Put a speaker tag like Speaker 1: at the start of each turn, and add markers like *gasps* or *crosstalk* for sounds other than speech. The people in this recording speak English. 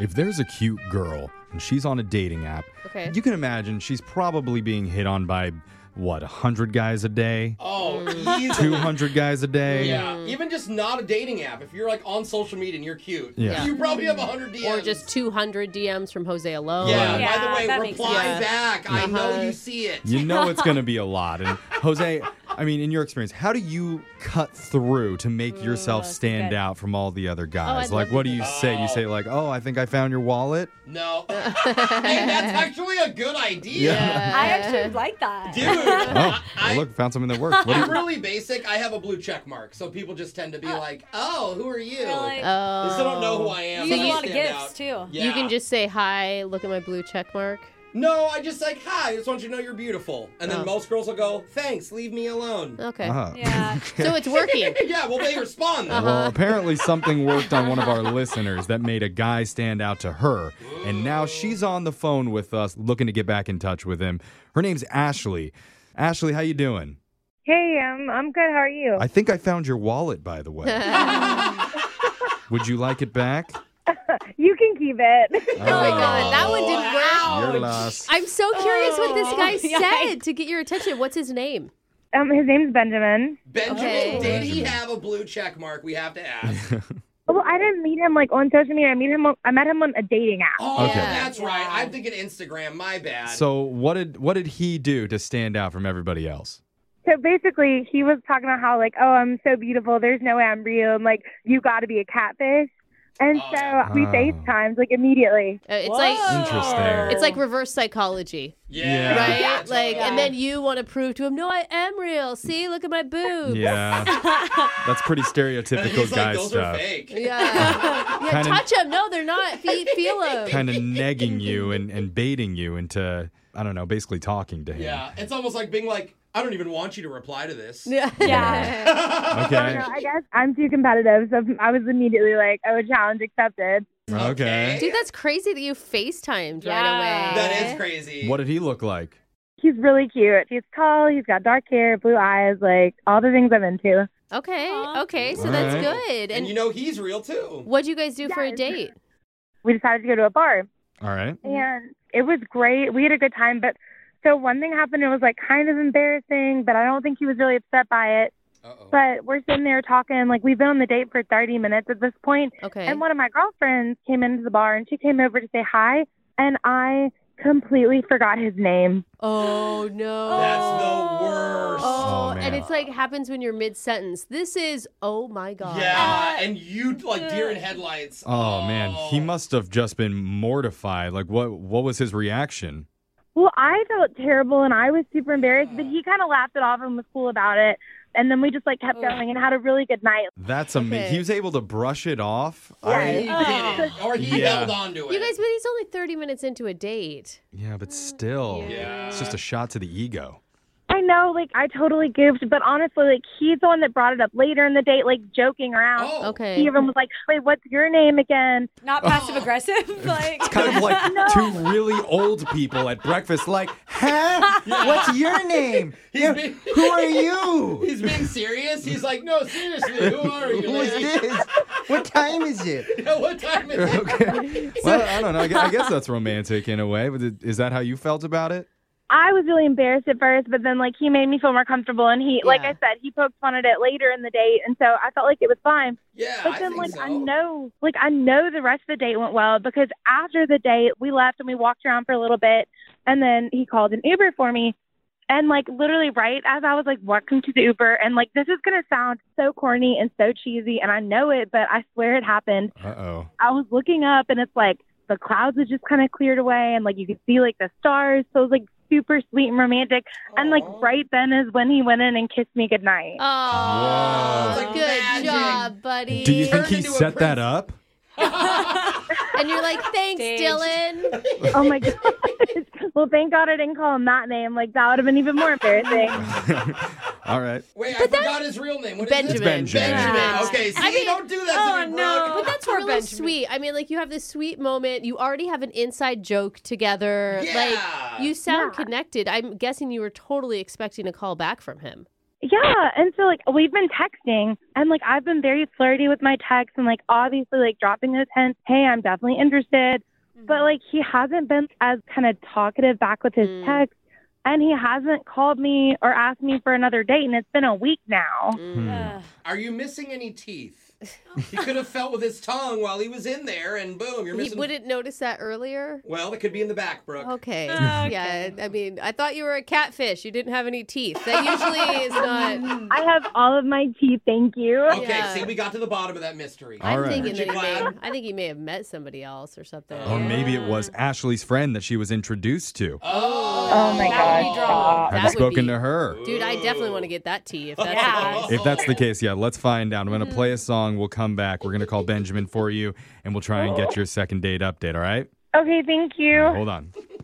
Speaker 1: If there's a cute girl and she's on a dating app,
Speaker 2: Okay.
Speaker 1: you can imagine she's probably being hit on by what, 100 guys a day?
Speaker 3: Oh,
Speaker 2: Mm.
Speaker 3: easily.
Speaker 1: 200 guys a day?
Speaker 3: Yeah, even just not a dating app. If you're like on social media and you're cute,
Speaker 1: Yeah.
Speaker 3: you probably have 100 DMs.
Speaker 2: Or just 200 DMs from Jose alone.
Speaker 3: Yeah,
Speaker 4: Yeah,
Speaker 3: by the
Speaker 4: that
Speaker 3: way,
Speaker 4: makes
Speaker 3: reply
Speaker 2: sense.
Speaker 3: back. I know
Speaker 2: Uh-huh.
Speaker 3: you see it.
Speaker 1: You know it's going to be a lot. And Jose, I mean, in your experience, how do you cut through to make yourself
Speaker 4: that's
Speaker 1: stand
Speaker 4: good.
Speaker 1: out from all the other guys?
Speaker 2: Oh, I'd
Speaker 1: like,
Speaker 2: love
Speaker 1: what
Speaker 2: to
Speaker 1: do you say? You say, like, oh, I think I found your wallet?
Speaker 3: No.
Speaker 2: *laughs*
Speaker 3: *laughs* hey, that's actually a good idea.
Speaker 1: Yeah.
Speaker 4: I actually like
Speaker 3: *laughs*
Speaker 4: that.
Speaker 3: Dude,
Speaker 1: Oh,
Speaker 3: I,
Speaker 1: I
Speaker 3: I,
Speaker 1: look, found something that worked. What do you-
Speaker 3: am really basic. I have a blue check mark, so people just tend to be like, oh, who are you?
Speaker 4: Uh, Really?
Speaker 3: They
Speaker 2: Oh.
Speaker 3: still don't know who I am.
Speaker 4: You
Speaker 3: but
Speaker 4: get a
Speaker 3: I
Speaker 4: lot of
Speaker 3: stand
Speaker 4: gifts,
Speaker 3: out.
Speaker 4: too.
Speaker 3: Yeah.
Speaker 2: You can just say hi, look at my blue check mark.
Speaker 3: No, I just like, hi, I just want you to know you're beautiful. And then
Speaker 2: Oh.
Speaker 3: most girls will go, thanks, leave me alone.
Speaker 2: *laughs* Okay.
Speaker 1: Uh-huh.
Speaker 4: Yeah.
Speaker 2: So it's working.
Speaker 3: *laughs* yeah, well, they respond. though.
Speaker 1: Well, apparently something worked on one of our listeners that made a guy stand out to her. And now she's on the phone with us looking to get back in touch with him. Her name's Ashley. Ashley, how you doing?
Speaker 5: Hey, I'm I'm good. How are you?
Speaker 1: I think I found your wallet by the way. Would you like it back?
Speaker 5: You can keep it. *laughs*
Speaker 1: Oh
Speaker 2: Oh my god, that one didn't work.
Speaker 1: Your loss.
Speaker 2: I'm so curious what this
Speaker 4: Oh,
Speaker 2: guy
Speaker 4: yikes.
Speaker 2: said to get your attention. What's his name?
Speaker 5: Um, his name's Benjamin.
Speaker 3: Benjamin,
Speaker 2: Okay.
Speaker 3: did he
Speaker 1: Benjamin.
Speaker 3: have a blue check mark? We have
Speaker 1: *laughs*
Speaker 3: to ask.
Speaker 5: Well, I didn't meet him like on social media. I meet him. On, I met him on a dating app.
Speaker 3: Oh,
Speaker 1: Okay.
Speaker 3: that's right. I'm thinking Instagram. My
Speaker 1: *laughs*
Speaker 3: bad.
Speaker 1: So what did what did he do to stand out from everybody else?
Speaker 5: So basically, he was talking about how like, oh, I'm so beautiful. There's no way I'm real. And like, you got to be a catfish. And
Speaker 3: Oh,
Speaker 5: so
Speaker 3: yeah.
Speaker 5: we
Speaker 1: Oh.
Speaker 5: FaceTimed like immediately.
Speaker 2: Uh, it's
Speaker 4: Whoa.
Speaker 2: like
Speaker 1: Interesting.
Speaker 2: it's like reverse psychology,
Speaker 3: yeah.
Speaker 2: right?
Speaker 3: Yeah, totally.
Speaker 2: Like,
Speaker 1: *laughs*
Speaker 2: and then you want to prove to him, no, I am real. See, look at my boobs.
Speaker 1: Yeah. That's pretty
Speaker 3: And
Speaker 1: stereotypical
Speaker 3: he's
Speaker 1: guy
Speaker 3: like, those are
Speaker 1: stuff.
Speaker 3: fake.
Speaker 2: Yeah. *laughs* Yeah,
Speaker 1: Kinda-
Speaker 2: touch them. No, they're not. Fe- feel
Speaker 1: *laughs*
Speaker 2: them.
Speaker 3: *laughs*
Speaker 1: Kind of negging you and, and baiting you into I don't know, basically talking to him.
Speaker 3: Yeah. It's almost like being like, I don't even want you to reply to this.
Speaker 2: yeah.
Speaker 4: Yeah.
Speaker 5: I
Speaker 1: *laughs* Okay.
Speaker 5: don't know. I guess I'm too competitive, so I was immediately like, oh, challenge accepted.
Speaker 1: Okay.
Speaker 2: Dude, that's crazy that you FaceTimed
Speaker 4: Yeah.
Speaker 2: right away.
Speaker 3: *laughs* That is crazy.
Speaker 1: What did he look like?
Speaker 5: He's really cute. He's tall. He's got dark hair, blue eyes, like all the things I'm into.
Speaker 2: Okay.
Speaker 4: Aw.
Speaker 2: Okay. So
Speaker 1: All
Speaker 2: that's
Speaker 1: right.
Speaker 2: good.
Speaker 3: And
Speaker 2: And
Speaker 3: you know he's real too.
Speaker 2: what'd you guys do for a
Speaker 5: Yes.
Speaker 2: date?
Speaker 5: We decided to go to a bar.
Speaker 1: All right.
Speaker 5: and it was great. We had a good time, but so one thing happened. It was like kind of embarrassing, but I don't think he was really upset by it.
Speaker 3: Uh-oh.
Speaker 5: But we're sitting there talking, like we've been on the date for 30 minutes at this point,
Speaker 2: Okay.
Speaker 5: and one of my girlfriends came into the bar and she came over to say hi, and I completely forgot his name.
Speaker 2: *gasps* oh no.
Speaker 3: That's the worst.
Speaker 2: Oh,
Speaker 1: Oh, man.
Speaker 2: and it's like happens when you're mid sentence. This is oh my god.
Speaker 3: Yeah. and you like deer in headlights.
Speaker 1: Oh, man, he must have just been mortified. Like what what was his reaction?
Speaker 5: Well, I felt terrible and I was super embarrassed, but he kind of laughed it off and was cool about it. And then we just like kept going and had a really good night.
Speaker 1: That's amazing.
Speaker 2: Okay.
Speaker 1: He was able to brush it off.
Speaker 3: Or
Speaker 1: I-
Speaker 3: he did it. Or he
Speaker 1: Yeah.
Speaker 3: held on to it.
Speaker 2: Oh. You guys, but he's only 30 minutes into a date.
Speaker 1: yeah, but still.
Speaker 3: Yeah.
Speaker 1: It's just a shot to the ego.
Speaker 5: I know, like I totally goofed, but honestly, like he's the one that brought it up later in the date, like joking around.
Speaker 3: Oh.
Speaker 2: Okay.
Speaker 5: He even was like, "Wait, what's your name again?"
Speaker 4: Not passive aggressive. *laughs* Like
Speaker 1: It's kind of like two really old people at breakfast, like,
Speaker 3: *laughs*
Speaker 1: huh? What's your name?
Speaker 3: He's being,
Speaker 2: *laughs*
Speaker 1: Who are you?
Speaker 3: *laughs* he's being serious. He's like, no, seriously,
Speaker 1: *laughs*
Speaker 3: who are you? lady?
Speaker 1: What time is it?
Speaker 3: Yeah, *laughs* what time
Speaker 1: *laughs*
Speaker 3: is it?
Speaker 1: Okay. Well, I don't know. I gu- I guess that's romantic in a way, but i- is that how you felt about it?
Speaker 5: I was really embarrassed at first, but then like he made me feel more comfortable, and he, like
Speaker 2: Yeah.
Speaker 5: I said, he poked fun at it later in the date, and so I felt like it was fine.
Speaker 3: Yeah,
Speaker 5: But
Speaker 3: I
Speaker 5: then,
Speaker 3: think
Speaker 5: like
Speaker 3: so.
Speaker 5: I know, like I know the rest of the date went well because after the date, we left and we walked around for a little bit, and then he called an Uber for me. And like literally right as I was like welcome to the Uber and like this is gonna sound so corny and so cheesy and I know it but I swear it happened.
Speaker 1: Uh oh.
Speaker 5: I was looking up and it's like the clouds had just kind of cleared away and like you could see like the stars. So it was like super sweet and romantic. And like
Speaker 3: Aw.
Speaker 5: right then is when he went in and kissed me goodnight.
Speaker 2: Uh. Oh,
Speaker 3: Whoa.
Speaker 2: good
Speaker 3: Magic.
Speaker 2: job, buddy.
Speaker 1: Do you think
Speaker 3: turned
Speaker 1: he
Speaker 3: into a
Speaker 1: set that
Speaker 3: prince.
Speaker 1: up?
Speaker 2: and you're like, thanks, *laughs*
Speaker 4: Staged.
Speaker 2: Dylan.
Speaker 5: oh my *laughs* gosh. well, thank God I didn't call him that name. Like that would have been even more embarrassing.
Speaker 1: *laughs* All right.
Speaker 3: Wait, I forgot his real name. What is
Speaker 2: Benjamin.
Speaker 3: it?
Speaker 1: Benjamin.
Speaker 3: Benjamin.
Speaker 2: Yeah.
Speaker 3: Okay, see,
Speaker 2: I mean-
Speaker 3: don't do
Speaker 4: Oh,
Speaker 3: that to me,
Speaker 4: no.
Speaker 3: bro.
Speaker 2: But that's
Speaker 4: Poor
Speaker 2: really
Speaker 4: Benjamin.
Speaker 2: sweet. I mean, like you have this sweet moment. You already have an inside joke together.
Speaker 3: Yeah.
Speaker 2: Like you sound connected. I'm guessing you were totally expecting a call back from him.
Speaker 5: Yeah, and so like we've been texting, and like I've been very flirty with my texts, and like obviously like dropping those hints. Hey, I'm definitely interested, but like he hasn't been as kind of talkative back with his
Speaker 2: Mm.
Speaker 5: texts, and he hasn't called me or asked me for another date, and it's been a week now.
Speaker 1: Hmm.
Speaker 2: Ugh.
Speaker 3: Are you missing any teeth? he could have felt with his tongue while he was in there, and boom, you're
Speaker 2: he
Speaker 3: missing.
Speaker 2: wouldn't notice that earlier.
Speaker 3: Well, it could be in the back, Brooke.
Speaker 1: *laughs*
Speaker 2: Okay.
Speaker 1: Ah,
Speaker 4: Okay.
Speaker 2: Yeah. I mean, I thought you were a catfish. You didn't have any teeth. That usually
Speaker 1: *laughs*
Speaker 2: is not.
Speaker 5: I have all of my teeth, thank you.
Speaker 3: Okay,
Speaker 2: Yeah.
Speaker 3: see, we got to the bottom of that mystery.
Speaker 1: All
Speaker 2: I'm
Speaker 1: right.
Speaker 2: thinking that he
Speaker 3: Wow.
Speaker 2: may. I think he may have met somebody else or something.
Speaker 1: Or Oh, maybe it was Ashley's friend that she was introduced to.
Speaker 3: Oh,
Speaker 5: Oh
Speaker 4: That
Speaker 5: my
Speaker 4: would
Speaker 5: gosh,
Speaker 4: be drama.
Speaker 1: Have
Speaker 5: stop.
Speaker 2: That
Speaker 1: you
Speaker 2: would
Speaker 1: spoken
Speaker 2: be-
Speaker 1: to her?
Speaker 2: Dude, I definitely want to get that tea if that's
Speaker 4: Yeah.
Speaker 2: the case.
Speaker 1: If that's the case, yeah, let's find out. I'm going to play a song. We'll come back. We're going to call Benjamin for you, and we'll try and get your second date update, all right?
Speaker 5: Okay, thank you.
Speaker 1: Hold on.